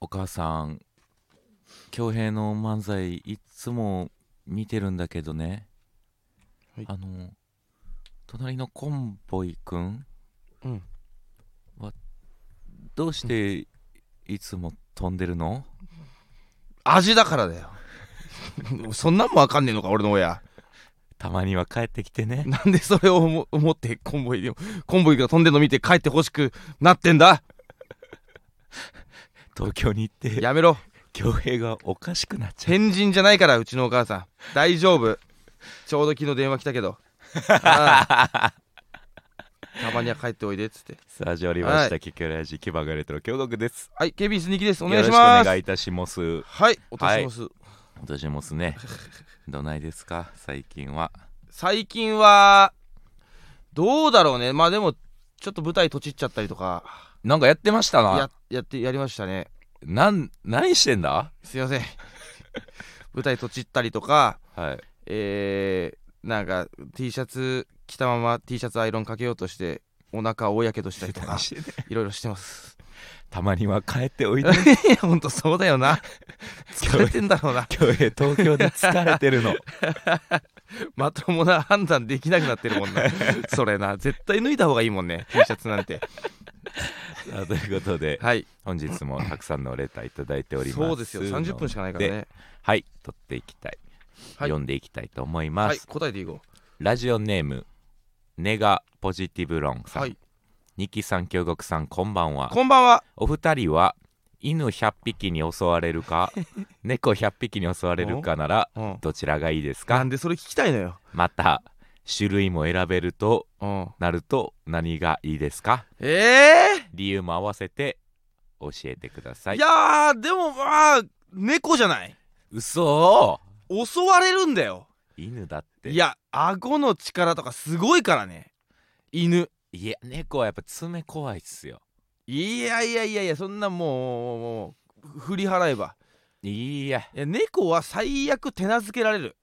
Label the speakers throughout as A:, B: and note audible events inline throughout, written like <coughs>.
A: お母さん恭平の漫才いつも見てるんだけどね、
B: はい
A: あの隣のコンボイくん
B: うん
A: どうしていつも飛んでるの、
B: 味だからだよそんなんもわかんねえのか俺の親
A: たまには帰ってきてね
B: なんでそれを思思ってコンボイでコンボイが飛んでるの見て帰ってほしくなってんだ
A: 東京に行って
B: やめろ
A: 恭平がおかしくなっちゃう
B: 変人じゃないからうちのお母さん大丈夫ちょうど昨日電話来たけどああたまには帰っておいでっつって
A: さあ始まりまし
B: は
A: た「キキラジキバガレトロ京極」です
B: はい KBS にきですお
A: お
B: 願いし
A: よろ
B: ま
A: しくお
B: す
A: 願いいたします
B: はいお願いします、
A: 私もっすねどないですか最近は
B: 最近はどうだろうねまあでもちょっと舞台とちっちゃったりとか
A: なんかやってました
B: ややってやりましたね
A: なん何してんだ
B: すいません <laughs> 舞台とちったりとか
A: はい
B: えー、なんか T シャツ着たまま T シャツアイロンかけようとしてお腹を大やけどしたりとかいろいろしてます
A: たまには帰っておい
B: い <laughs>
A: で
B: やほんとそうだよな疲れてんだろう
A: <laughs>
B: な
A: 今日東京で疲れてるの
B: まともな判断できなくなってるも
A: <laughs>
B: んなそれな絶対脱いだ方がいいもんね T シャツなんて
A: さあということで
B: はい
A: 本日もたくさんのレターいただいております
B: そうですよ30分しかないから
A: ので
B: ね
A: はい取っていきたい、
B: はい
A: 読んでいきたいと思います、
B: はい答えていこ
A: ラジオネームネガポジティブ論
B: う
A: さん、
B: はい
A: ニキさん京極さんこんばんは
B: こんばんは
A: お二人は犬100匹に襲われる
B: <laughs>
A: か猫100匹に襲われるかなら
B: うん
A: どちらがいいです
B: な
A: か
B: んでそれ聞きたいのよ
A: また種類も選べると
B: うん
A: なると何がいいですか
B: ええ
A: 理由も合わせて教えてくださ
B: ー、
A: い
B: いやーでもまあ猫じゃない
A: 嘘
B: 襲われるんだよ
A: 犬だって
B: いや顎の力とかすごいからね犬
A: いや猫はやっぱ爪怖いっすよ
B: いやいやいやいやそんなもうもうもう振り払えば
A: いや
B: いや猫は最悪手なずけられる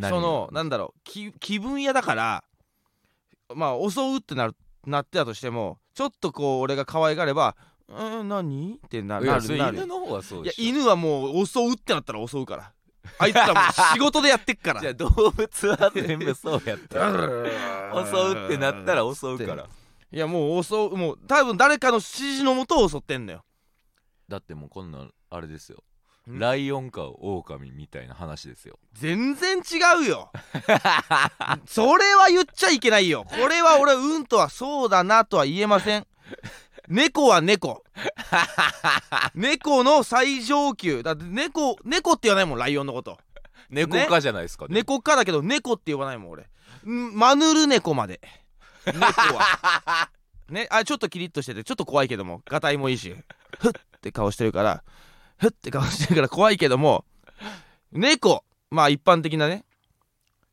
A: そ
B: そのなんだろうき気分屋だからまあ襲うってなるなってたとしてもちょっとこう俺が可愛がれば「うん何?」ってないな
A: やそ
B: る
A: れ
B: な
A: 犬
B: る
A: の方はそう
B: いや
A: でしょ
B: 犬はもう襲うってなったら襲うからあいつらもう仕事でやってっか
A: <laughs>
B: ら
A: じゃあ動物は全部そうやっ
B: <laughs>
A: た <laughs> 襲うってなったら襲うから
B: いやもう襲うもう多分誰かの指示のもと襲ってんのよ
A: だってもうこんなんあれですよ
B: ん
A: ライオンかオオカミみたいな話ですよ
B: 全然違うよそれは言っちゃいけないよこれは俺うんとはそうだなとは言えません猫は猫猫の最上級だって猫猫って言わないもんライオンのこと
A: 猫かじゃないですか、でも
B: 猫科だけど猫って言わないもん俺んマヌル猫まで猫は
A: <laughs>
B: ねあちょっとキリッとしててちょっと怖いけどもガタイもいいしふって顔してるからふって顔してるから怖いけども猫まあ一般的なね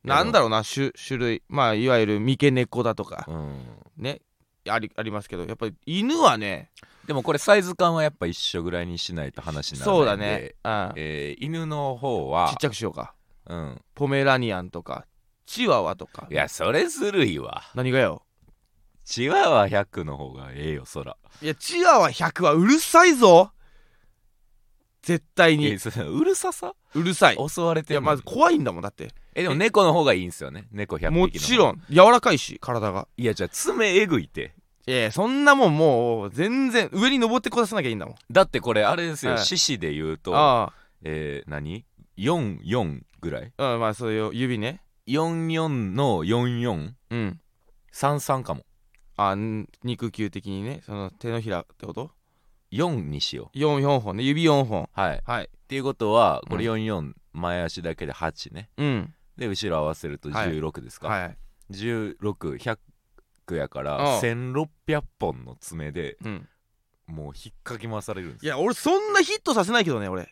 B: なんだろうな種種類まあいわゆる三毛猫だとか
A: うん
B: ねありありますけどやっぱり犬はね
A: でもこれサイズ感はやっぱ一緒ぐらいにしないと話にならないん
B: そ
A: で
B: うだね、うん、ち
A: えー犬の方は
B: っちゃくしようか
A: うん
B: ポメラニアンとかチワワとか
A: いやそれずるいわ
B: 何がよ
A: チワワ100の方がええよそら
B: いや、チワワ100はうるさいぞ絶対
A: え
B: に。
A: そのうるささ
B: うるさい。
A: 襲われ
B: い
A: て
B: や、
A: るの
B: ま
A: に
B: ず怖いんだもん、だって。
A: えでも猫の方がいいんすよね猫100匹の方
B: もちろん、柔らかいし、体が。
A: いやじゃあ爪えぐいて
B: ええ、そんなもんもう、全然、上に登ってこさせなきゃいいんだもん。
A: だってこれあれですよ
B: はい
A: 獅子、で言うと
B: あ
A: えー、何44ぐらい
B: あ、うん、まあ、そういう指ね。
A: 44の4433
B: うん。
A: かも
B: あん肉球的にね、その手のひらってこと
A: 4にしよ
B: ?4、4本ね、指4本。
A: うはいっ
B: はい。
A: ていうことはこれ
B: う
A: 44前足だけで8ね
B: うん。
A: で後ろ合わせると
B: はい
A: 16ですか、
B: はい。
A: 16100やか
B: う
A: ら
B: ん
A: 1600本の爪で
B: うん。
A: もう引っかき回されるんです
B: い
A: よ
B: や、俺、そんなヒットさせないけどね、俺。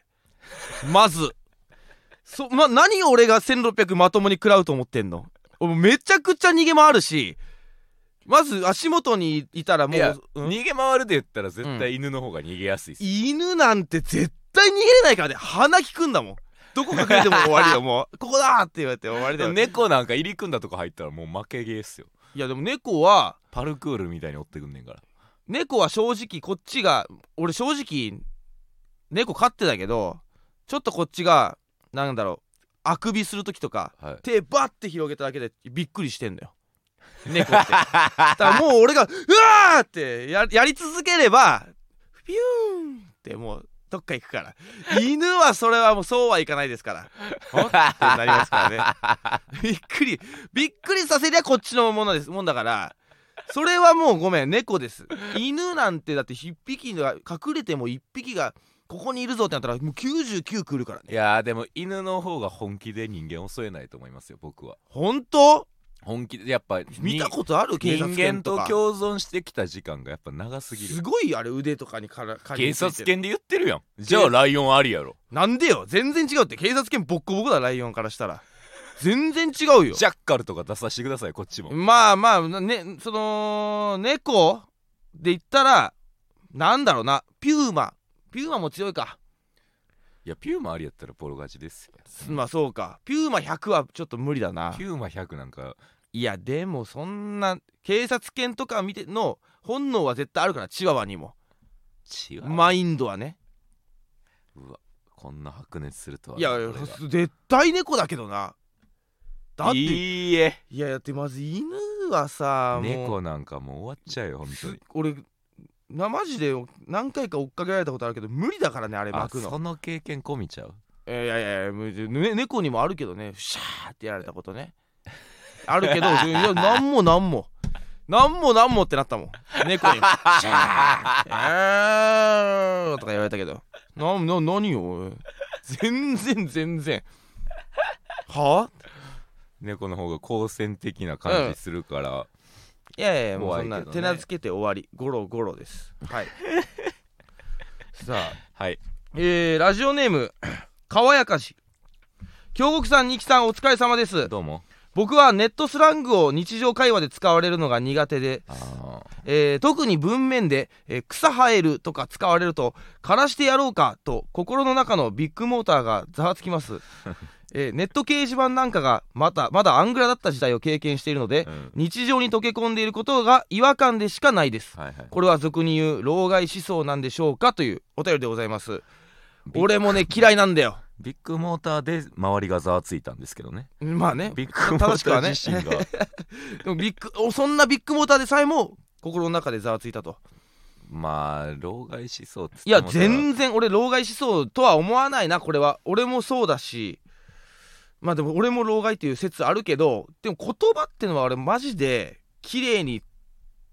B: まず。そ、ま、何を俺が1600まともに食らうと思ってんの俺めちゃくちゃ逃げ回るし、まず足元にいたらも
A: いや
B: う、うん
A: 逃げ回るで言ったら絶対犬の方が逃げやすいっす、
B: 犬なんて絶対逃げれないからね、鼻利くんだもん。どこ隠れても終わりよ、もう。こ <laughs> こだーって言われて終わり
A: で
B: だよ。
A: も猫なんか入り組んだとこ入ったらもう負けゲーっすよ
B: いや、でも猫は、
A: パルクールみたいに追ってくんねんから
B: 猫は正直こっちが俺正直猫飼ってたけどちょっとこっちがなんだろうあくびする時とか
A: はい
B: 手バッて広げただけでびっくりしてんだよ猫ってだからもう俺が「うわ!」ってややり続ければピューンってもうどっか行くから犬はそれはもうそうはいかないですからってなりますからねびっくりびっくりさせりゃこっちのものですもんだからそれはもうごめん猫です犬なんてだって一匹が隠れても一匹がここにいるぞってなったらもう99来るからね
A: いやーでも犬の方が本気で人間を襲えないと思いますよ僕は
B: 本当
A: 本気でやっぱ
B: 見た
A: と
B: ことある警
A: 人
B: 察
A: 間
B: 犬と
A: と
B: か
A: 共存してきた時間がやっぱ長すぎ
B: す
A: る
B: ごいあれ腕とかにからか
A: 警察犬で言ってるやんじゃあライオンありやろ
B: なんでよ全然違うって警察犬ボッコボコだライオンからしたら全然違うよ
A: ジャッカルとか出させてくださいこっちも
B: まあまあねその猫で言ったらなんだろうなピューマピューマも強いか
A: いやピューマありやったらボロ勝ちですよ
B: まあそうかピューマ100はちょっと無理だな
A: ピューマ100なんか
B: いやでもそんな警察犬とか見ての本能は絶対あるからチワワにも
A: 違う、
B: マインドはね
A: うわこんな白熱するとはい
B: やいや
A: 俺が
B: 絶対猫だけどなだってい
A: いいえ
B: やだってまず犬はさもう
A: 猫なんかもう終わっちゃうよ本当
B: す
A: に
B: 俺なマジで何回か追っかけられたことあるけど無理だからねあれ
A: あ
B: 巻くの
A: その経験込みちゃう
B: えーいやいやいやむね猫にもあるけどねシャーってやられたことねある
A: <laughs>
B: けどいやなんもなんもなんもなんもってなったもん猫
A: <laughs>
B: にも「シャー」えーとか言われたけどなんな何よ全然全然はあ
A: 猫の方が好戦的な感じするから、
B: いやいやいやもうそんな、
A: 怖いけどね
B: 手なずけて終わりゴロゴロですはい <laughs> さあ
A: はい
B: えー、ラジオネーム <coughs> 川やかし京極さん二木さんお疲れ様です
A: どうも
B: 僕はネットスラングを日常会話で使われるのが苦手で、
A: あー
B: えー特に文面で、えー草生える」とか使われると「枯らしてやろうか」と心の中のビッグモーターがざわつき
A: <laughs>
B: ます、えーネット掲示板なんかがまたまだアングラだった時代を経験しているので
A: うん
B: 日常に溶け込んでいることが違和感でしかないです
A: はいはい
B: これは俗に言う老害思想なんでしょうかというお便りでございます俺もね嫌いなんだよ
A: ビッグモーターで周りがざわついたんですけどね
B: まあね
A: ビッグモーター自身
B: <laughs>
A: が、
B: でもビッグおそんなビッグモーターでさえも心の中でざわついたと
A: まあ老害思想っつって
B: いや
A: もさ
B: 全然俺老害思想とは思わないなこれは俺もそうだしまあでも俺も老害っていう説あるけどでも言葉ってのは俺マジで綺麗に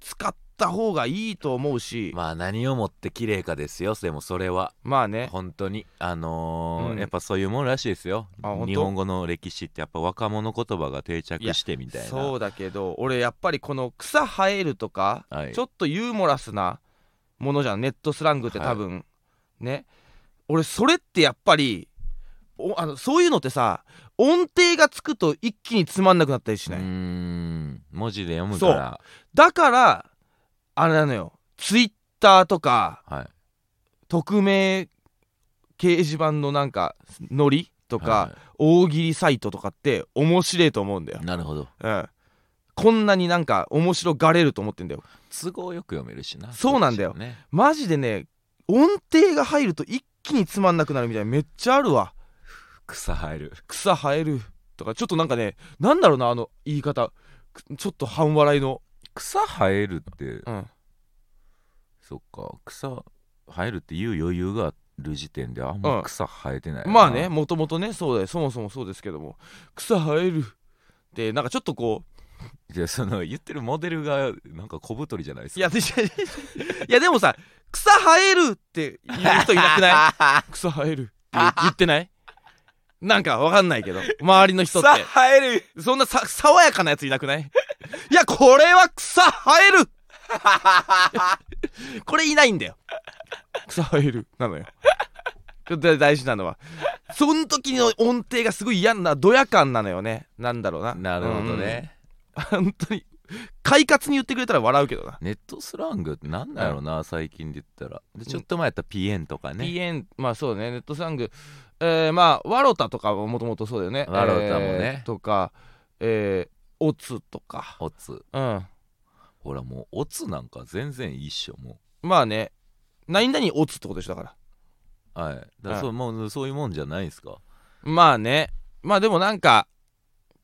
B: 使った方がいいと思うしま
A: まあ何をもって綺麗かですよでもそれは
B: あね
A: 本当にあのー
B: うん
A: やっぱそういうもんらしいですよ
B: あ本当
A: 日本語の歴史ってやっぱ若者言葉が定着してみたいな
B: そうだけど俺やっぱりこの草生えるとか、
A: はい
B: ちょっとユーモラスなものじゃんネットスラングって多分、ね俺それってやっぱりおあのそういうのってさ音程がつくと一気につまんなくなったりし
A: う
B: な
A: ー
B: い、
A: ん文字で読むから
B: だからあれなのよツイッターとか
A: はい
B: 匿名掲示板のなんかノリとか、
A: は
B: 大喜利サイトとかって面白いと思うんだよ
A: い、、なるほど
B: うん、こんなになんか面白がれると思ってんだよ
A: 都合よく読めるしな
B: そうなんだよ
A: こっちもね
B: マジでね音程が入ると一気につまんなくなるみたいなめっちゃあるわ
A: 草生える
B: 草生えるとかちょっとなんかねなんだろうなあの言い方くちょっと半笑いの、
A: 草生えるって
B: うん、
A: そっか草生えるっていう余裕がある時点であん
B: う
A: ま
B: ん
A: 草生えてないな、
B: まあねもともとねそうだよそもそもそうですけども草生えるってなんかちょっとこ
A: いやその言ってるモデルがなんか小太りじゃないですか
B: ういやでいやでもさ草生えるって言う人いなくない草生えるって言ってないなんかわかんないけど周りの人って
A: 草生える
B: そんなさ爽やかなやついなくない <laughs> いや、これは草生える <laughs> これいないんだよ。草生えるなのよ。で大事なのは。その時の音程がすごい嫌な、ドヤ感なのよね。なんだろうな。
A: なるほどね、
B: うん。本当に。快活に言ってくれたら笑うけどな。
A: ネットスラングってなんだろうな、最近で言ったらでちょっと前やったらピエンとかね、
B: PN、まあそうね、ネットサング、えー、まあ、ワロタとかももともとそうだよね。
A: ワロタもね
B: えーとか、えー、オツとか、
A: オツ
B: うん。
A: ほらもうオツなんか全然いいっしょも
B: まあね何々オツってことでしょだから
A: うはいだからそう,、もうそういうもんじゃないですか
B: まあねまあでもなんか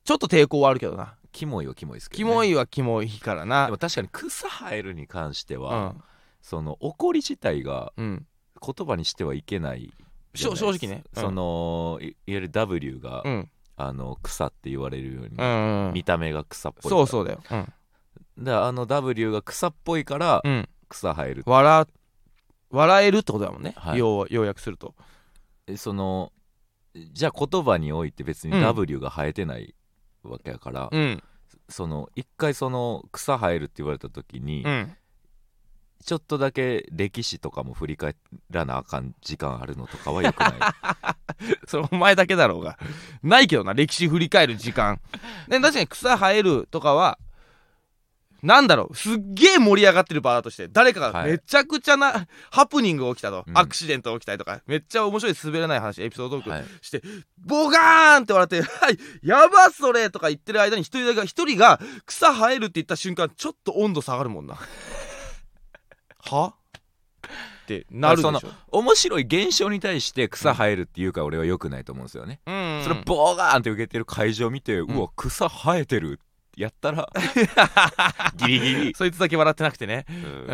B: ちょっと抵抗はあるけどな
A: キモいはキモいですけ
B: キ
A: ど、ね、
B: モいはキモいからな
A: でも確かに草生えるに関して
B: う
A: は、
B: ん
A: その怒り自体が
B: うん
A: 言葉にしてはいけないじ
B: し
A: ゃ
B: ょ
A: ない
B: 正直ねうん
A: そのいいわゆる W が、
B: うん
A: あの草って言われるように、
B: うんうん
A: 見た目が草っぽい
B: そう
A: う
B: そうだようん
A: だからあの W が草っぽいから
B: うん
A: 草生える、
B: 笑笑えるってことだもんね
A: はい
B: 要要約すると
A: えそのじゃあ言葉において別
B: う
A: に
B: ん
A: W が生えてないわけやから、
B: うん
A: その一回その草生えるって言われた時に、
B: うん
A: ちょっとだけ歴史とかも振り返らなあかん時間あるのとかはよく
B: <laughs>
A: ない
B: それお前だけだろうがないけどな歴史振り返る時間で確かに草生えるとかはなんだろうすっげえ盛り上がってる場だとして誰かが
A: はい
B: めちゃくちゃな、ハプニングが起きたと、
A: うん
B: アクシデントが起きたりとかめっちゃ面白い滑らない話エピソードトーク
A: はい
B: して、ボガーンって笑って「はいやばそれ!」とか言ってる間に一人だけ一人が草生えるって言った瞬間ちょっと温度下がるもんな
A: <laughs>
B: はってなるでしょ
A: あそ面白い現象に対して草生えるっていうから俺はよくないと思うんですよね、
B: うんうんうん
A: それボーガーンって受けてる会場見て、うんわ草生えてるってやった
B: <laughs>
A: らギリギリ、
B: そいつだけ笑ってなくてね
A: うん
B: でも
A: で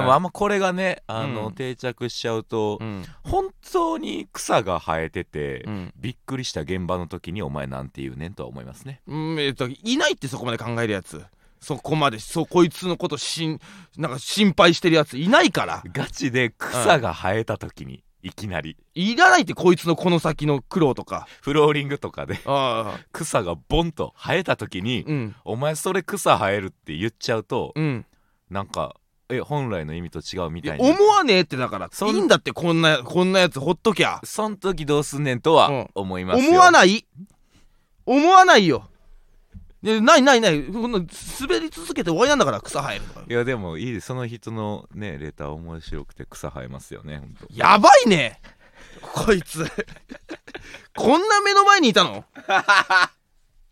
A: もあんまこれがねあの、
B: うん
A: 定着しちゃうと、
B: うん
A: 本当に草が生えてて、
B: うん
A: びっくりした現場の時にお前なんて言うねんとは思いますね
B: うんえっといないってそこまで考えるやつそこまでそうこいつのことしんなんか心配してるやついないから
A: ガチで草が生えた時に、いきなり
B: いらないってこいつのこの先の苦労とか
A: フローリングとかで
B: ああ
A: 草がボンと生えた時に、
B: うん
A: お前それ草生えるって言っちゃうと、
B: うん
A: なんかえ本来の意味と違うみ
B: い
A: た
B: や
A: いに
B: 思わねえってだから
A: そ
B: い
A: ん
B: いんだってこんなこんなやつほっときゃ
A: そん時どうすんねんと
B: う
A: は
B: ん
A: 思いますよ、
B: 思わない思わないよいやないないないこんな滑り続けて終わりなんだから草生えるとか
A: いやでもいいですその人のねレター面白くて草生えますよねほんと
B: やばいねこいつこんな目の前にいたの <laughs>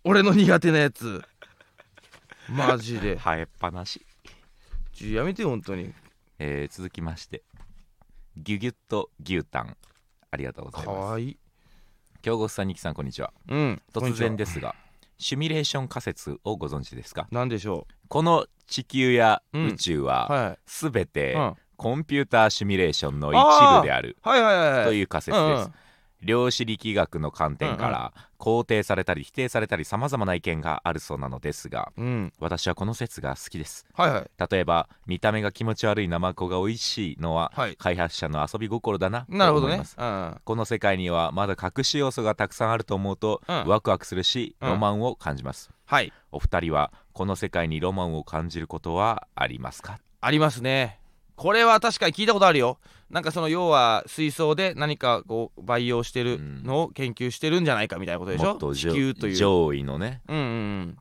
B: 俺の苦手なやつマジで
A: 生えっぱなし
B: ちょやめてよ本当に
A: えー続きましてギュギュッと牛タンありがとうござい
B: か
A: ます
B: わいい
A: 京子さんにきさんこんにちは
B: うん
A: 突然
B: で
A: ですがシミュレーション仮説をご存知ですか
B: なんでしょ
A: この地球や
B: うん
A: 宇宙
B: う
A: は
B: は
A: すべ
B: い、
A: て
B: うんはい
A: コンピューターシミュレーションの一
B: あー
A: 部である
B: はいはい
A: と
B: はい
A: いう仮説で
B: うんう
A: す
B: ん
A: 量子力学の観点から肯定されたり否定されたりさまざまな意見があるそうなのですが
B: うん
A: 私はこの説が好きです
B: はいはい
A: 例えば見た目が気持ち悪いナマコが美味しいのは
B: はい
A: 開発者の遊び心だな
B: なる
A: と
B: ほど
A: 思い
B: ね
A: ます
B: うん
A: この世界にはまだ隠し要素がたくさんあると思うと
B: うん
A: ワクワクするし
B: うん
A: ロマンを感じます
B: はい
A: お二人はこの世界にロマンを感じることはありますか
B: ありますねこれは確かに聞いたことあるよなんかその要は水槽で何かこう培養してるのを研究してるんじゃないかみたいなことでし
A: も
B: ょ
A: っと
B: 地球と
A: 上
B: いう
A: 上位のね
B: うんうんうん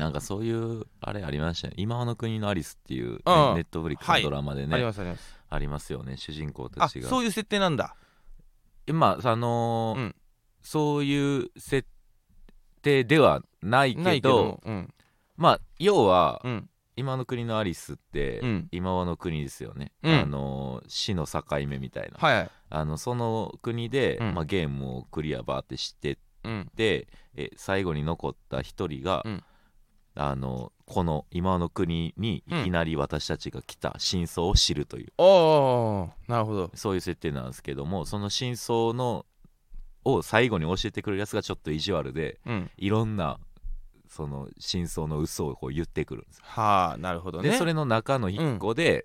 A: なんかそういうあれありましたね今の国のアリスっていうね
B: うん
A: ネットフリックス
B: は
A: の
B: い
A: ドラマで
B: ありま
A: ね
B: すあります
A: ありますよね主人公た
B: あ
A: ちが
B: そういう設定なんだ
A: まああのー
B: うん
A: そういう設定ではないけど
B: ないけどうん
A: まあ要は
B: うん
A: 今の国のアリスって、
B: うん
A: 今和の国ですよね、
B: うん
A: あのー死の境目みたいな、
B: はいはい
A: あのその国で、
B: うん
A: まあ、ゲームをクリアバーってしてっ
B: うん
A: てえ最後に残った一人が、
B: うん
A: あのこの今和の国にいきなり私たちが来た真相を知るという、
B: おーおーおーなるほど
A: そういう設定なんですけどもその真相のを最後に教えてくれるやつがちょっと意地悪で
B: うん
A: いろんなその真相の嘘をこう言ってくるんです
B: はあなるほど
A: で
B: ね
A: それの中の一個で、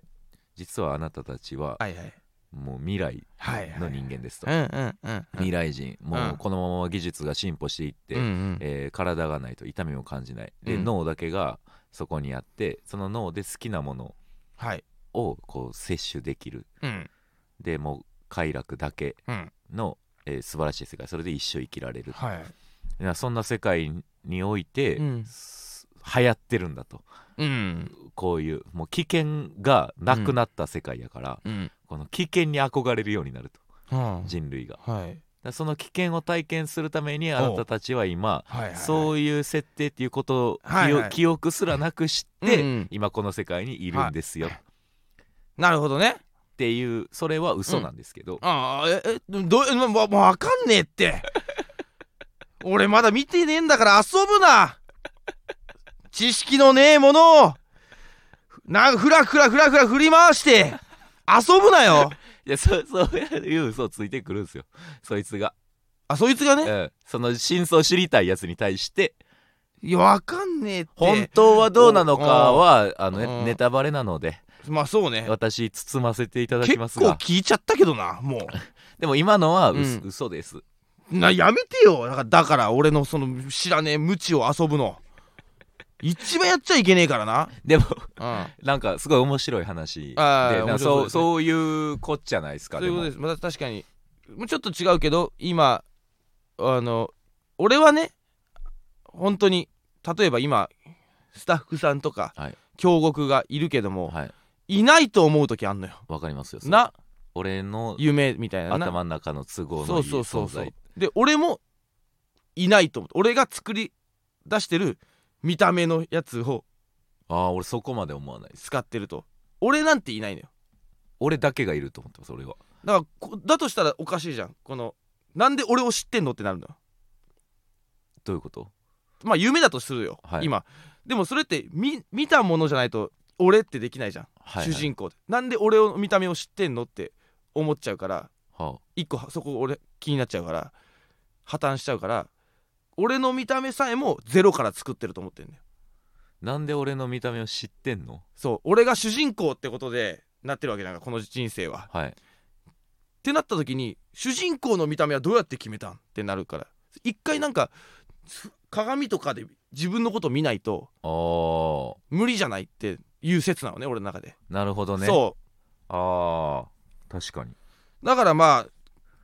A: 実はあなたたちは
B: はいはい
A: もう未来
B: はいはい
A: の人間ですと、
B: うんうんうん
A: 未来人もうこのまま技術が進歩していって、
B: うんうん
A: えー体がないと痛みも感じないで、
B: うん
A: 脳だけがそこにあってその脳で好きなもの
B: はい
A: をこう摂取できる
B: うん
A: でもう快楽だけ
B: うん
A: の、えー素晴らしい世界それで一生生きられる、
B: はい
A: いやそんな世界において、
B: うん
A: す流行ってるんだと
B: うん
A: こういうもう危険がなくなった世界やから、
B: うん
A: この危険に憧れるようになると
B: うん
A: 人類が
B: はい
A: らその危険を体験するためにあなたたちは今
B: はいはい
A: そういう設定っていうことを記,、
B: はいはい
A: 記憶すらなくして、
B: うんうん
A: 今この世界にいるんですよっ
B: なるほどね
A: ていうそれは嘘なんですけど、
B: ああええどうままわかんねえって俺まだ見てねえんだから遊ぶな知識のねえものをなふらふらふらふら振り回して遊ぶなよ
A: いやそ <laughs> そういう嘘をついてくるんですよそいつが、
B: あそいつが
A: う
B: ね
A: ん、その真相を知りたいやつに対して
B: いやわかんねえって
A: 本当はどうなのかはあのね、
B: うん
A: ネタバレなので
B: まあそうね
A: 私包ませていただき
B: 結
A: ます
B: 構
A: が
B: 聞いちゃったけどなも
A: でも今のは嘘,、
B: うん
A: 嘘です
B: うなやめてよだからだから俺のその知らねえ無知を遊ぶの一番やっちゃいけねえからな
A: でも
B: うん
A: なんかすごい面白い話で
B: あ
A: なん
B: ー
A: か
B: 面白
A: そ
B: そ
A: う
B: うですね
A: そういうこっちゃないですか
B: そうい
A: で
B: うこ
A: も
B: とですまあ確かにもうちょっと違うけど今あの俺はね本当に例えば今スタッフさんとか、
A: はい
B: 京極がいるけども、
A: はい
B: い、ないと思う時あんのよ
A: わかりますよそれ
B: な
A: 俺の
B: 夢みたいなな
A: 頭の中の都合
B: そ
A: のいうい
B: そうそ
A: 存
B: うそう
A: 在
B: で俺もいないと思って俺が作り出してる見た目のやつを
A: ああ俺そこまで思わないです
B: 使ってると俺なんていないのよ
A: 俺だけがいると思ってます俺は
B: だからこだとしたらおかしいじゃんこのなんで俺を知ってんのってなるのよ
A: どういうこと
B: まあ夢だとするよ、
A: はい
B: 今でもそれって見見たものじゃないと俺ってできないじゃん、
A: はいはい
B: 主人公でなんで俺を見た目を知ってんのって思っちゃうから
A: は
B: 一個そこ俺気になっちゃうから破綻しちゃうから俺の見た目さえもゼロから作ってると思ってんだよ
A: あなんで俺の見た目を知ってんの
B: そう俺が主人公ってことでなってるわけだからこの人生は
A: はい
B: ってなった時に主人公の見た目はどうやって決めたんってなるから一回なんかす鏡とかで自分のこと見ないと
A: あー
B: 無理じゃないっていう説なのね俺の中で
A: なるほどね
B: そ
A: あー確かに
B: うだからまあ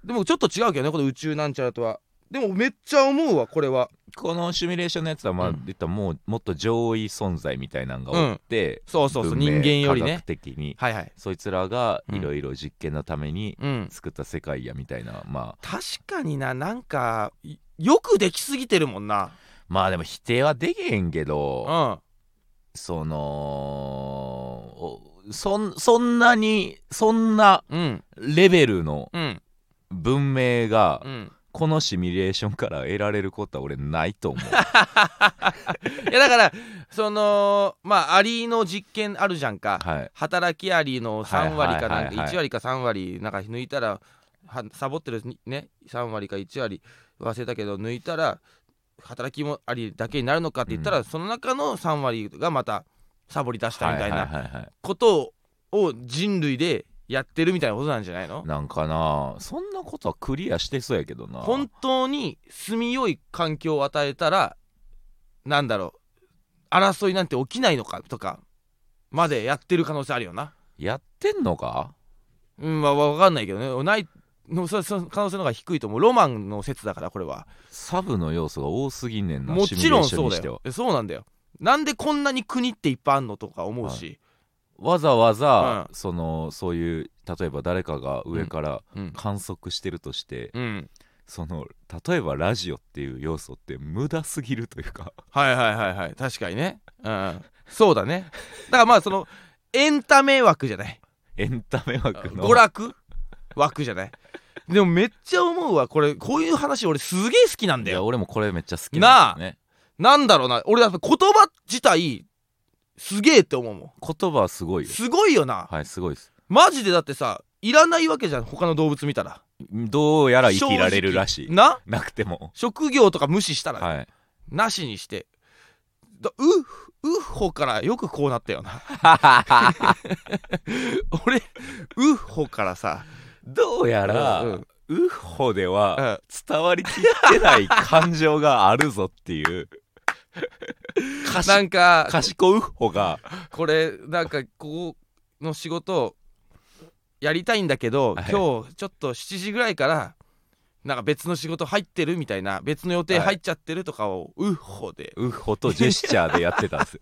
B: でもちょっと違うけどねこの宇宙なんちゃらとはでもめっちゃ思うわこれは
A: このシミュレーションのやつはまあ、
B: うん
A: 言ったらもうもっと上位存在みたいなのがおって、
B: そうそうそう
A: 文
B: 人
A: 明
B: 間より
A: 科
B: ね
A: 学的に
B: はいはい
A: そいつらがいろいろ実験のために
B: うん
A: 作った世界やみたいな、まあ
B: 確かにななんかいよくできすぎてるもんな
A: まあでも否定はできへんけ
B: うん
A: ど
B: は
A: そのおそんそんなにそんない
B: うん
A: レベルの
B: うん
A: 文明が
B: うん
A: このシミュレーションから得られることは俺ないと
B: <laughs>
A: 思う
B: いやだからそのまあアリの実験あるじゃんか、
A: はい
B: 働きアリの3割
A: はい
B: かな
A: はいは
B: ん
A: いは
B: か
A: い
B: 1割か3割なんか抜いたらはサボってるにね3割か1割忘れたけど抜いたら働きもアリだけになるのかって言ったら、
A: う
B: その中の3割がまたサボり出したみたい
A: はいはい
B: な
A: はいはい
B: ことを人類でやってるみたいなことなんじゃないの
A: なんかなそんなことはクリアしてそうやけどな
B: 本当に住みよい環境を与えたらなんだろう争いなんて起きないのかとかまでやってる可能性あるよな。
A: やってんのか
B: うん、まあ、わかんないけどね。ないのそその可能性の方が低いと思う。ロマンの説だから、これは。
A: サブの要素が多すぎんねんな
B: も
A: シミ
B: ち
A: ュレ
B: ろ
A: ー
B: ん
A: ション
B: そう
A: に
B: だ
A: しては
B: よ。えそうなんだよ。なんでこんなに国っていっぱいあんのとか思うし。
A: わざわざ、
B: う
A: そのそういう例えば誰かが上から
B: うん。
A: 観測してるとして、
B: うん。
A: その例えばラジオっていう要素って無駄すぎるというか <laughs>
B: はいはいはいはい。確かにね。うん。そうだね。だからまあ、その、エンタメ枠じゃない。
A: エンタメ枠の
B: 娯楽枠じゃない。でもめっちゃ思うわ。これ、こういう話俺すげえ好きなん
A: い
B: だ
A: や
B: よ。
A: 俺もこれめっちゃ好きなんですよね
B: なんだろうな。俺やっぱ言葉自体、すげえって思うも
A: 言葉はすごい
B: ん。
A: よ
B: すごいよな。
A: はいすごいです
B: マジでだってさいらないわけじゃん他の動物見たら
A: どうやら生きられるらしい
B: な
A: なくても
B: 職業とか無視したら、 <laughs>
A: はい
B: なしにしてだウッウッホからよくこうなった
A: <laughs>
B: よな俺ウッホからさ
A: どうやら、
B: うん
A: ウッホで
B: う
A: は
B: ん
A: 伝わりきってない感情があるぞっていう
B: <laughs> な
A: 賢
B: んか
A: 賢ウッホが
B: これなんかここの仕事やりたいんだけど、
A: はい
B: 今日ちょっと7時ぐらいからなんか別の仕事入ってるみたいな別の予定入っちゃってるとかを、ウッホで
A: ウッホとジェスチャーでやってたんです
B: <laughs>
A: よ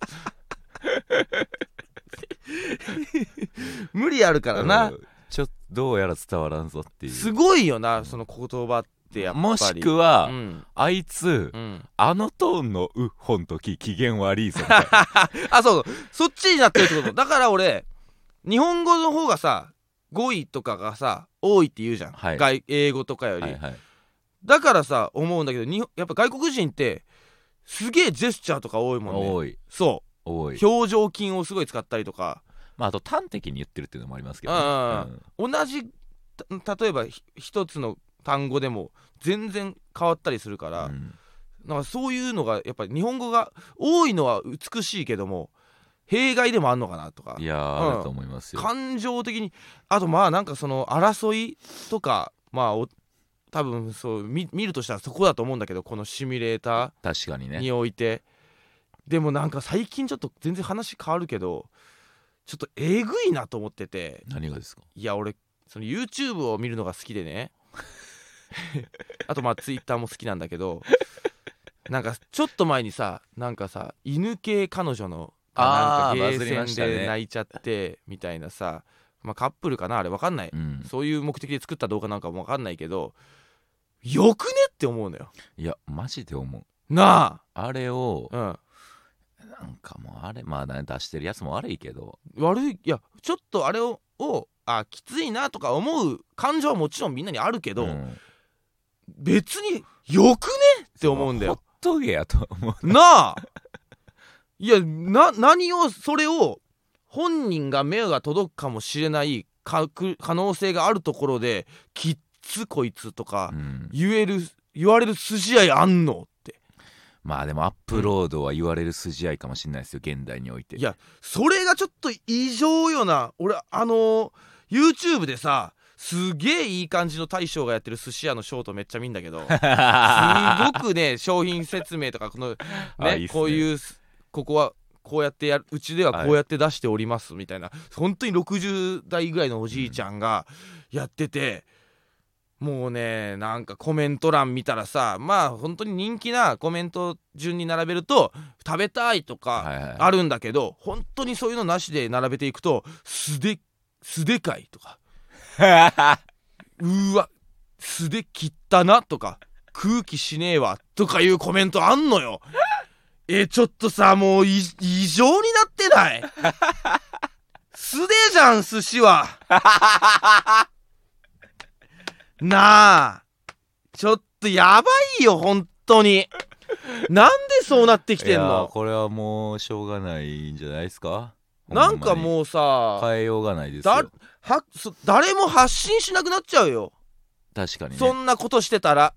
B: 無理あるからな、
A: うんちょっとどうやら伝わらんぞっていう
B: すごいよなその言葉っってやっぱり
A: もしくは、
B: うん
A: あいつ
B: うん、
A: あのトーンの「う」本とき機嫌悪いぞみたいな
B: あそうそうそっちになってるってことだから俺日本語の方がさ語彙とかがさ多いって言うじゃん、
A: はい
B: 外英語とかより、
A: はいはい
B: だからさ思うんだけどにやっぱ外国人ってすげえジェスチャーとか多いもんね
A: 多い
B: そ
A: 多いう
B: 表情筋をすごい使ったりとか
A: まああと端的に言ってるっていうのもありますけど
B: うんうんうん
A: ね
B: 同じた例えばひ一つの単語でも全然変わったりするか
A: う
B: ら、
A: ん
B: なんかそういうのがやっぱり日本語が多いのは美しいけども弊害でもあんのかなとか
A: いや
B: うん
A: ーあると思いますよ
B: 感情的にあとまあなんかその争いとかまあお多分そう見見るとしたらそこだと思うんだけどこのシミュレータ
A: 確かに
B: ー
A: ね
B: において、でもなんか最近ちょっと全然話変わるけどちょっとえぐいなと思ってて
A: 何がですか
B: いや俺その YouTube を見るのが好き
A: <laughs>
B: でねあとまあ Twitter も好きなんだけどなんかちょっと前にさなんかさ犬系彼女の
A: あ
B: な
A: ー
B: んかゲ
A: バズりま
B: ーセン
A: したね
B: で泣いちゃってみたいなさまあカップルかなあれわかんない、
A: うん
B: そういう目的で作った動画なんかもわかんないけどよくねって思うのよ
A: いやマジで思う
B: な
A: あれを
B: あ、
A: なんかもうあれまあね出してるやつも悪いけど
B: うん、悪いいやちょっとあれををあきついなとか思う感情はもちろんみんなにあるけど、
A: ん
B: 別によくねって思うんだよ
A: ほっとけやと思う
B: <laughs> なあいやな何をそれを本人が目が届くかもしれないかく可能性があるところで「きっつこいつ」とか
A: うん
B: 言える言われる筋合いあんのって
A: まあでもアップロードは言われる筋合いかもしれないですよ現代において <laughs>
B: いやそれがちょっと異常よな俺あの YouTube でさすげえいい感じの大将がやってる寿司屋のショートめっちゃ見んだけどすごくね商品説明とか
A: <laughs>
B: この
A: あ
B: ね
A: いいっすね
B: こういうすここはこうやってやるうちではこうやって出しておりますみたいな、本当に60代ぐらいのおじいちゃんがやってて、もうねなんかコメント欄見たらさまあ本当に人気なコメント順に並べると食べたいと
A: は
B: か
A: いはいはい
B: あるんだけど、本当にそういうのなしで並べていくと素で素でかいとかうーわ素で切ったなとか空気しねえわとかいうコメントあんのよえちょっとさもうい異常になってない素でじゃん寿司はなあちょっとやばいよ本当になんでそうなってきてん
A: いやー
B: の
A: これはもうしょうがないんじゃないですか
B: なんか
A: う
B: もうさ
A: 変えようがないです
B: だ
A: よ
B: はそ誰も発信しなくなっちゃうよ、
A: 確かに
B: そ
A: ね
B: んなことしてたら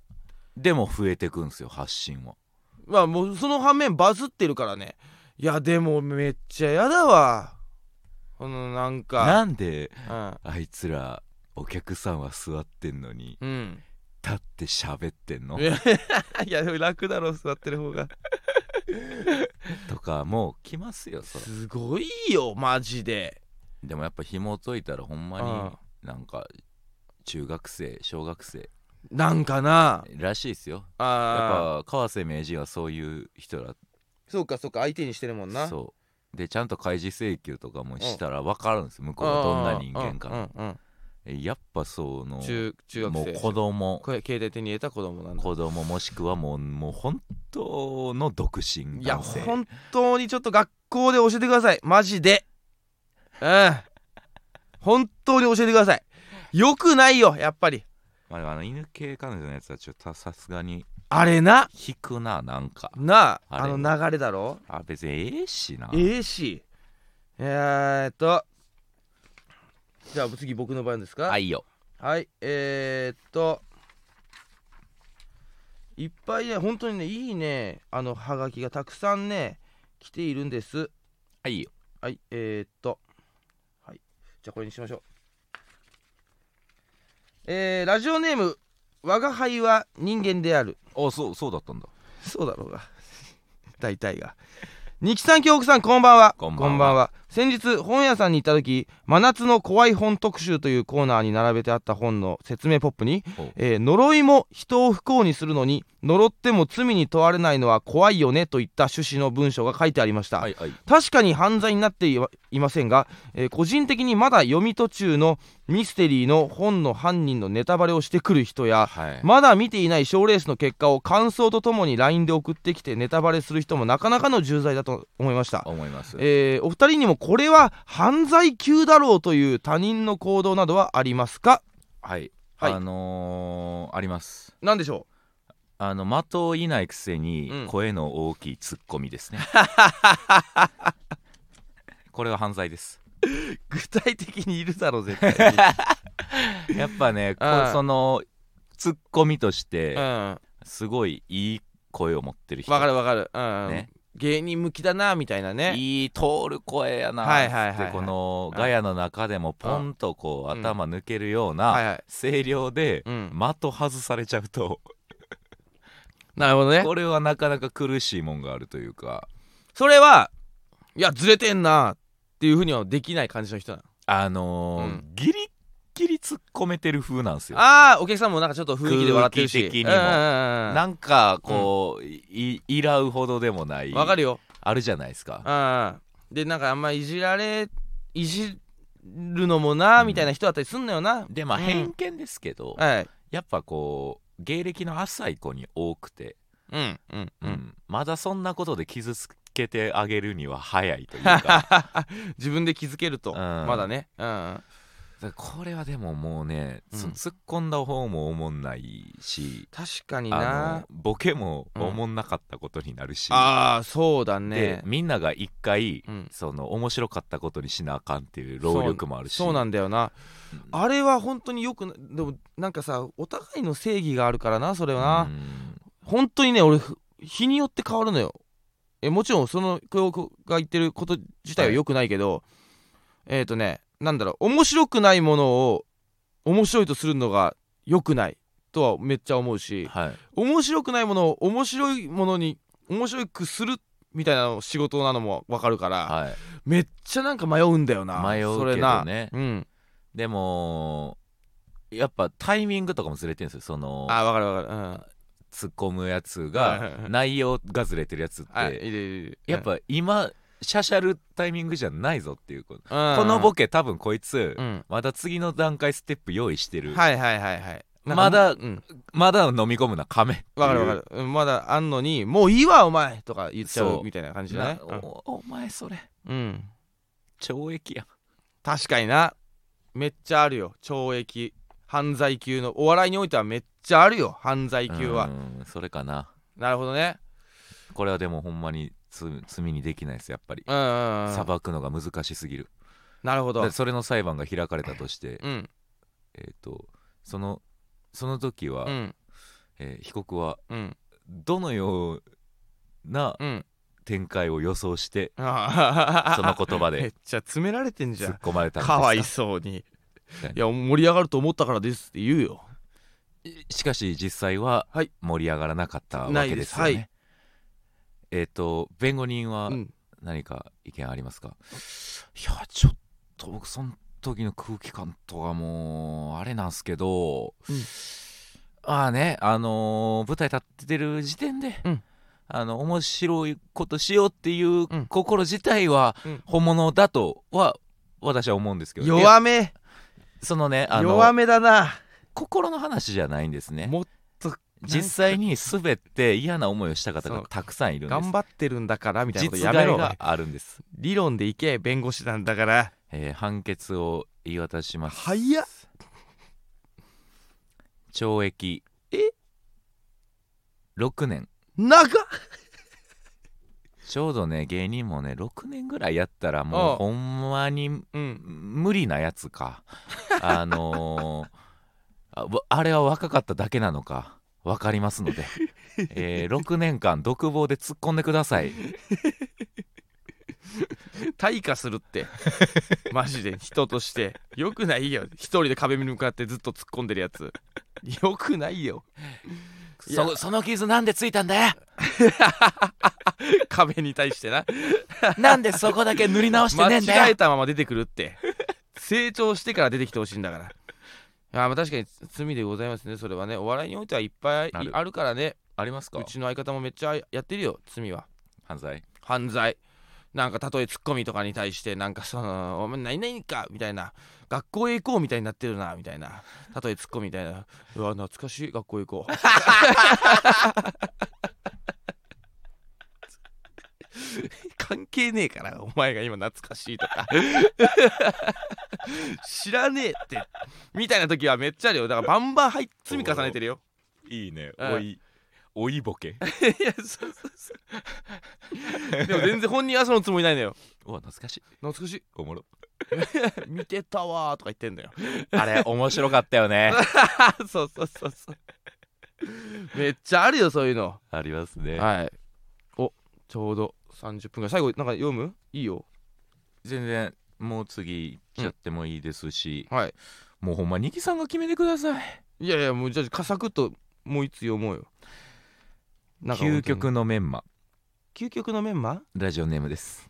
A: でも増えてくんすよ発信は
B: まあもうその反面バズってるからねいやでもめっちゃやだわこのなんか
A: なんであいつらお客さんは座ってんのに
B: うん、うん
A: 立って喋ってんの
B: いやいやでも楽だろ座ってる方が
A: とかもう来ますよそら
B: すごいよマジで
A: でもやっぱ紐解いたらほんま
B: うん
A: になんか中学生小学生
B: なんかな
A: らしいですよやっ
B: あ
A: ぱ川瀬名人はそういう人だ
B: ーそうかそうか相手にしてるもんなう
A: そうでちゃんと開示請求とかもしたら分かるんですよ向こうがどんな人間かな
B: うんうん
A: えやっぱその
B: 中中学
A: も
B: 生
A: う子供
B: これ携帯手に入れた子供なんだ
A: 子供もしくはもうもう本当の独身
B: いや
A: 男性
B: 本当にちょっと学校で教えてくださいマジでうん本当に教えてくださいよくないよやっぱり
A: まあ、でもあの犬系彼女のやつはちょっとさすがに
B: あれな
A: 引くななんか
B: なあ
A: あれ
B: あの流れだろ
A: あ別にええしな
B: ええしえー、っとじゃあ次僕の番ですか、
A: はいいよ
B: はい、えー、っといっぱいね本当にねいいねあのハガキがたくさんね来ているんです
A: はいよ
B: はいえー、っとはいじゃあこれにしましょうえー、ラジオネーム「我が輩は人間である」 <laughs>
A: あそうそうだったんだ
B: そうだろうが大体が二木さん京極さんこんばんは
A: こんばんは
B: こんばんは先日本屋さんに行った時「真夏の怖い本特集」というコーナーに並べてあった本の説明ポップに
A: ほ
B: 「えー呪いも人を不幸にするのに呪っても罪に問われないのは怖いよね」といった趣旨の文章が書いてありました、
A: はいはい
B: 確かに犯罪になっていはいませんが、えー個人的にまだ読み途中のミステリーの本の犯人のネタバレをしてくる人や
A: はい、
B: まだ見ていない賞ーレースの結果を感想とともに LINE で送ってきてネタバレする人もなかなかの重罪だと思いました
A: 思います
B: えーお二人にもこれは犯罪級だろうという他人の行動などはありますか
A: はい、
B: はい
A: あのーあります
B: なんでしょ
A: あの的をいないくせに
B: うん
A: 声の大きいツッコミです
B: <laughs>
A: ね、これは犯罪です
B: う具体的にいるだろう絶
A: <laughs>
B: 対
A: やっぱねこ
B: うん
A: そのツッコミとし
B: うん
A: て
B: わ
A: すごいいい声を持ってる人
B: かるわかるうん、
A: ね
B: 芸人向きだなみたいなね
A: いい通る声やな
B: はい
A: っ
B: はいはい
A: つってこのガヤの中でもポンとこう
B: うん
A: 頭抜けるよう
B: はい
A: な
B: はい
A: 声量で
B: うん
A: 的外されちゃうと
B: なるほどね
A: これはなかなか苦しいもんがあるというか
B: それはいやずれてんなっていうふうにはできない感じの人なの
A: あのー
B: う
A: ギリッギリ突っ込めてる風なんですよ
B: ああお客さんもなんかちょっと雰囲気で笑ってるし
A: 空気的にも
B: うんうんうんうん
A: なんかこう、いいらうほどでもない
B: わかるよ
A: あるじゃないですか
B: うんでなんかあんまいじられいじるのもなみたいな人だったりすんのよな、
A: でまあ
B: うん
A: 偏見ですけど、
B: はい
A: やっぱこう芸歴の浅い子に多くて、
B: うんうん
A: う
B: うんん、
A: まだそんなことで傷つけてあげるには早いという
B: <laughs>
A: か
B: <laughs> 自分で気づけると、
A: うん
B: まだね、
A: だ
B: うん、
A: からこれはでももうね、そ
B: うん
A: 突っ込んだ方もおもんないし
B: 確かに
A: あ
B: な
A: のボケもおもんなかったことになるし、
B: ああーそうだ
A: で
B: ね
A: みんなが一回、
B: うん
A: その面白かったことにしなあかんっていう労力もあるし
B: そうなんだよな、
A: うん
B: あれは本当によくなでもなんかさお互いの正義があるからなそれはな、
A: うん
B: 本当にね俺ふ日によって変わるのよえもちろんその教育が言ってること自体は
A: はい
B: 良くないけど、えっ、ー、とねなんだろう面白くないものを面白いとするのが良くないとはめっちゃ思うし
A: はい
B: 面白くないものを面白いものに面白くするみたいなの仕事なのも分かるから、
A: はい
B: めっちゃなんか迷うんだよな
A: 迷うけどね
B: それなうん
A: でもやっぱタイミングとかもずれてるんですよその
B: あ分かる分かるうん
A: 突っ込むやつ
B: はいはい
A: が
B: はい
A: 内容がずれてるやつって、
B: はいいるいるいる
A: やっぱ今しゃしゃるタイミングじゃないぞっていうこと、
B: うん
A: このボケ多分こいつ、
B: うん
A: まだ次の段階ステップ用意してる、
B: はいはいはいはいなんか
A: まだ
B: うん
A: まだ飲み込むな亀っていう
B: わかるわかるうんまだあんのにもういいわお前とか言っちゃ
A: そう
B: うみたいな感じじゃない
A: なおお前それ
B: うん、うん
A: 懲役やん
B: 確かになめっちゃあるよ懲役犯罪級のお笑いにおいてはめっちゃあるよ犯罪級は
A: うんそれかな
B: なるほどね
A: これはでもほんまに罪罪にできないですやっぱり、
B: うんうんうん
A: 裁くのが難しすぎる
B: なる
A: だ
B: ほど
A: からそれの裁判が開かれたとして、
B: うん
A: えっ、とそのその時は、
B: うん
A: えー被告は
B: うん
A: どのような
B: うん
A: 展開を予想して <laughs> そ
B: そ
A: の言葉
B: めっ
A: で
B: ちゃ詰められてんじゃ
A: 突っ
B: ん
A: 込まれたんです
B: かわいそうにいや盛り上がると思ったからですって言うよ
A: しかし実際は
B: はい
A: 盛り上がらなかったわ
B: ない
A: け
B: です
A: ですよね。
B: はい
A: えっ、と弁護人は
B: うん
A: 何か意見ありますか、いやちょっと僕その時の空気感とかもうあれなんすけど、
B: うん
A: ああねあのー舞台立ってる時点で、
B: うん
A: あの面白いことしようっていう
B: うん
A: 心自体は
B: うん
A: 本物だとは私は思うんですけどいや
B: 弱め
A: そのねあの
B: 弱めだな
A: 心の話じゃないんですね
B: もっと
A: 実際に滑って嫌な思いをした方が
B: そう
A: たくさんいるんです
B: 頑張ってるんだからみたいなことや
A: 実
B: め
A: 害
B: ろ
A: があるんです、
B: 理論でいけ弁護士なんだから
A: えー判決を言い渡します
B: 早っ
A: 懲役
B: え
A: 6年
B: 長っ
A: ちょうどね芸人もね6年ぐらいやったら
B: あ
A: も
B: あ
A: うほんまに
B: うん
A: 無理なやつ <laughs> かあのーあわあれは若かっただけなのかわかりますの <laughs> で、えー6年間独房で突っ込んでください
B: 退化するってマジで人としてよくないよ一人で壁に向かってずっと突っ込んでるやつよくないよいや
A: そその傷なんでついたんだよ
B: 壁に対してな
A: なんでそこだけ塗り直してねえんだ
B: 間違え
A: よ
B: たまま出てくるって成長してから出てきてほしいんだからあーまあ確かに罪でございますねそれはねお笑いにおいてはいっぱい
A: ある
B: あるからね
A: ありますか
B: うちの相方もめっちゃやってるよ罪は
A: 犯罪
B: 犯罪なんか例えツッコミとかに対してなんかその「お <laughs> 前何々か」みたいな「学校へ行こう」みたいになってるなみたいな例えツッコミみたいな「うわ懐かしい学校へ行こう」 <laughs> 関係ねえからお前が今懐かしいとか知らねえってみたいな時はめっちゃあるよだからバンバンはい積み重ねてるよ
A: いいね
B: うん
A: おいおいボケ
B: いやそうそうそうでも全然本人はそのつもりないのよ
A: うわ懐かしい
B: 懐かしい
A: おもろ
B: 見てたわーとか言ってんだよ
A: あれ面白かったよね
B: そうそうそうそう <laughs> めっち <laughs> ゃあるよそういうの
A: ありますね
B: はいおちょうど30分ぐらい最後なんか読むいいよ
A: 全然もう次行っちゃってもいいですし、
B: はい
A: もうほんまにきさんが決めてください
B: いやいやもうじゃあサクッともういつ読もうよなんか
A: 究極のメンマ
B: 究極のメンマ
A: ラジオネームです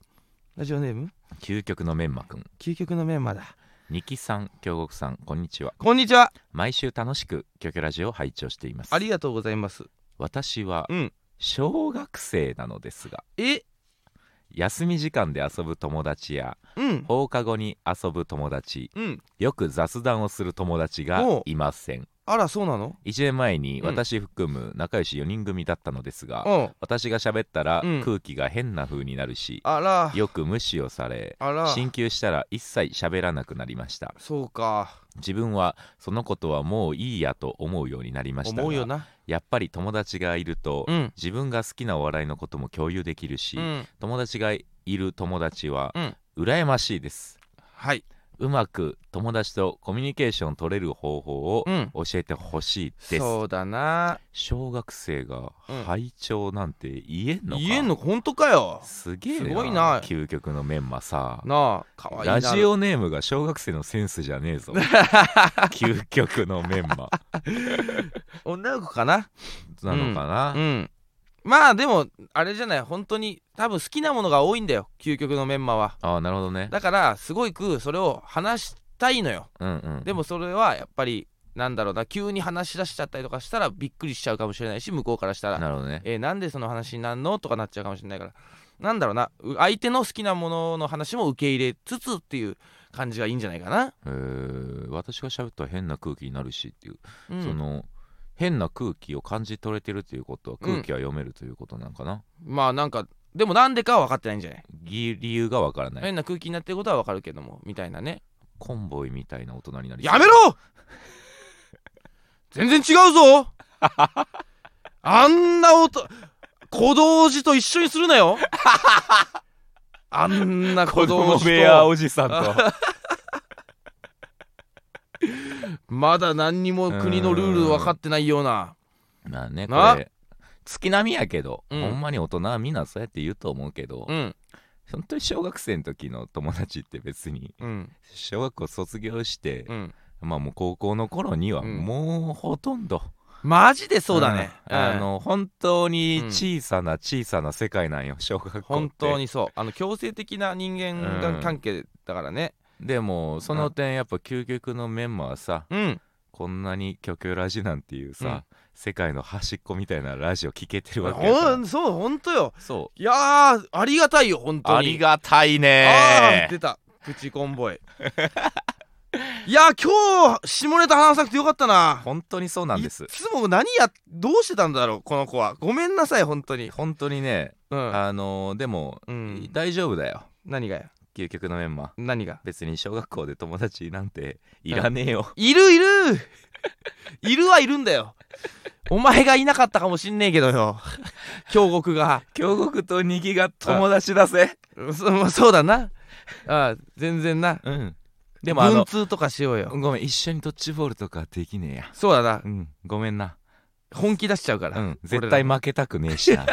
B: ラジオネーム
A: 究極のメンマくん
B: 究極のメンマだ
A: にきさん京極さんこんにちは
B: こんにちは
A: 毎週楽しくキョキョラジオを拝聴しています
B: ありがとうございます
A: 私は
B: うん
A: 小学生なのですが、
B: え
A: 休み時間で遊ぶ友達や
B: うん
A: 放課後に遊ぶ友達
B: うん
A: よく雑談をする友達がいません
B: あらそうなの
A: 1年前に
B: うん
A: 私含む仲良し4人組だったのですが、
B: うん
A: 私が喋ったら
B: うん
A: 空気が変な風になるし、
B: あら
A: よく無視をされ
B: あら
A: 進級したら一切喋らなくなりました
B: そうか
A: 自分はそのことはもういいやと思うようになりました
B: 思うよ
A: が
B: な
A: やっぱり友達がいると、
B: うん
A: 自分が好きなお笑いのことも共有できるし、
B: うん
A: 友達がいる友達は
B: うん
A: 羨ましいです
B: はいう
A: まく友達とコミュニケーション取れる方法を
B: うん
A: 教えてほしいです、
B: そうだな
A: 小学生が
B: うん
A: 拝聴なんて言えんのか、
B: 言えんの本当かよ
A: すげえ
B: すごいな
A: 究極のメンマさ
B: なあかわいいな
A: ラジオネームが小学生のセンスじゃねえ
B: <laughs>
A: ぞ究極のメンマ
B: 女の子かな
A: なのかな、
B: うんまあでもあれじゃない本当に多分好きなものが多いんだよ究極のメンマは
A: ああなるほどね
B: だからすごくそれを話したいのよ
A: うんうん
B: でもそれはやっぱりなんだろうな急に話し出しちゃったりとかしたらびっくりしちゃうかもしれないし向こうからしたら
A: なるほどね
B: えーなんでその話になんのとかなっちゃうかもしれないからなんだろうなう相手の好きなものの話も受け入れつつっていう感じがいいんじゃないかな、
A: えー私が喋ったら変な空気になるしっていう、
B: うん
A: その変な空気を感じ取れてるということは空気は読めるということなんかな、
B: まあなんかでもなんでかは分かってないんじゃない、
A: ぎ理由がわからない
B: 変な空気になってることは分かるけどもみたいなね
A: コンボイみたいな大人になりそう
B: やめろ <laughs> 全然違うぞあんな音小道寺と一緒にするなよあんな小
A: 子
B: 道
A: 供
B: 寺
A: 部屋
B: と
A: おじさんと
B: まだ何にも国のルール分かってないような
A: まあねこ
B: な
A: れ月並みやけど、
B: うん
A: ほんまに大人はみんなそうやって言うと思うけど、
B: うん
A: 本当に小学生の時の友達って別に
B: うん
A: 小学校卒業して、
B: うん
A: まあもう高校の頃には
B: うん
A: もうほとんど、
B: マジでそうだね、
A: んあの本当に小さな小さな世界なんよ小学校って
B: 本当にそうあの強制的な人間
A: うん
B: 関係だからね
A: でもその点やっぱ究極のメンマはさ
B: うん
A: こんなに「キョキョラジ」なんていうさ、世界の端っこみたいなラジオ聞けてるわけやか
B: ほ
A: ら
B: んそう本当よ
A: そう
B: いやーありがたいよ本当に
A: ありがたい
B: あー
A: ね
B: 出たプチコンボイ <laughs> いやー今日下ネタ話さなくてよかったな
A: 本当にそうなんです
B: いつも何やどうしてたんだろうこの子はごめんなさい本当に
A: 本当にね、
B: うん、
A: あのーでも、
B: うん、
A: 大丈夫だよ
B: 何がや
A: 究極のメンマ
B: 何が
A: 別に小学校で友達なんていらねえよ、
B: いるい <laughs> るいるはいるんだよお前がいなかったかもしんねえけどよ京極が
A: 京極とにぎが友達だぜ
B: そまあそうだなああ全然な
A: うんで
B: で
A: も
B: も
A: あ
B: あ
A: の
B: 文通とかしようよ
A: ごめん一緒にドッジボールとかできねえや
B: そうだな
A: うんごめんな
B: 本気出しちゃうから、
A: うん絶対負けたくねえしな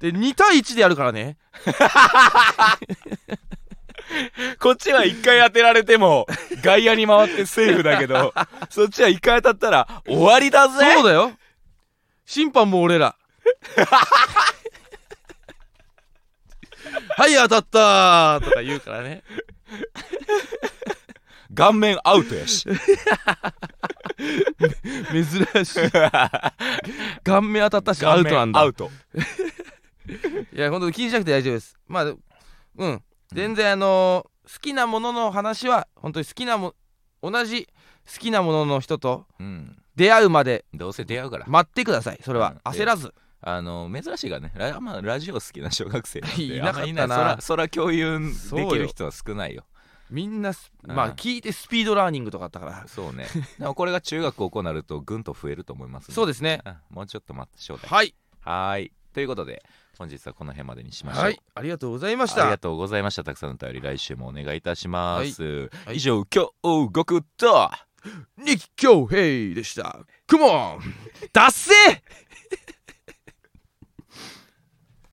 B: で2対1でやるからね
A: こっちは一回当てられても、外野に回ってセーフだけ <laughs> ど、そっちは一回当たったら終わりだぜ
B: そうだよ審判も俺 <laughs> らはい当たったーとか言うからね
A: 顔面アウトや
B: <laughs>
A: し。
B: 珍しい顔面当たったしアウトなんだ
A: アウト。
B: いや本当に気にしなくて大丈夫ですまあでうん全然あのー好きなものの話は本当に好きなも同じ好きなものの人と
A: うん。
B: 出会うまで
A: どうせ出会うから。
B: 待ってくださいそれは
A: うん
B: 焦らず
A: あの、珍しいがね、ラ,、まあ、ラジオ好きな小学生なんて
B: <laughs> いなかったな
A: あんまいいそら、そら共有
B: そう
A: で
B: よ
A: きる人は少ないよ。
B: みんなす
A: うん
B: まあ聞いてスピードラーニングとかあったから
A: そう
B: <laughs>
A: ね。でもこれが中学高校になると、ぐんと増えると思います
B: そう
A: で
B: ですね
A: すね。うんもうちょっと待って、正代。
B: はい
A: はーい。ということで、本日はこの辺までにしましょう。
B: はいありがとうございまし
A: あり
B: た
A: がとうございました。たくさんのお便り、来週もお願いいたします。
B: はい
A: 以上、今日動くと、
B: 二木恭平でしたクモン達成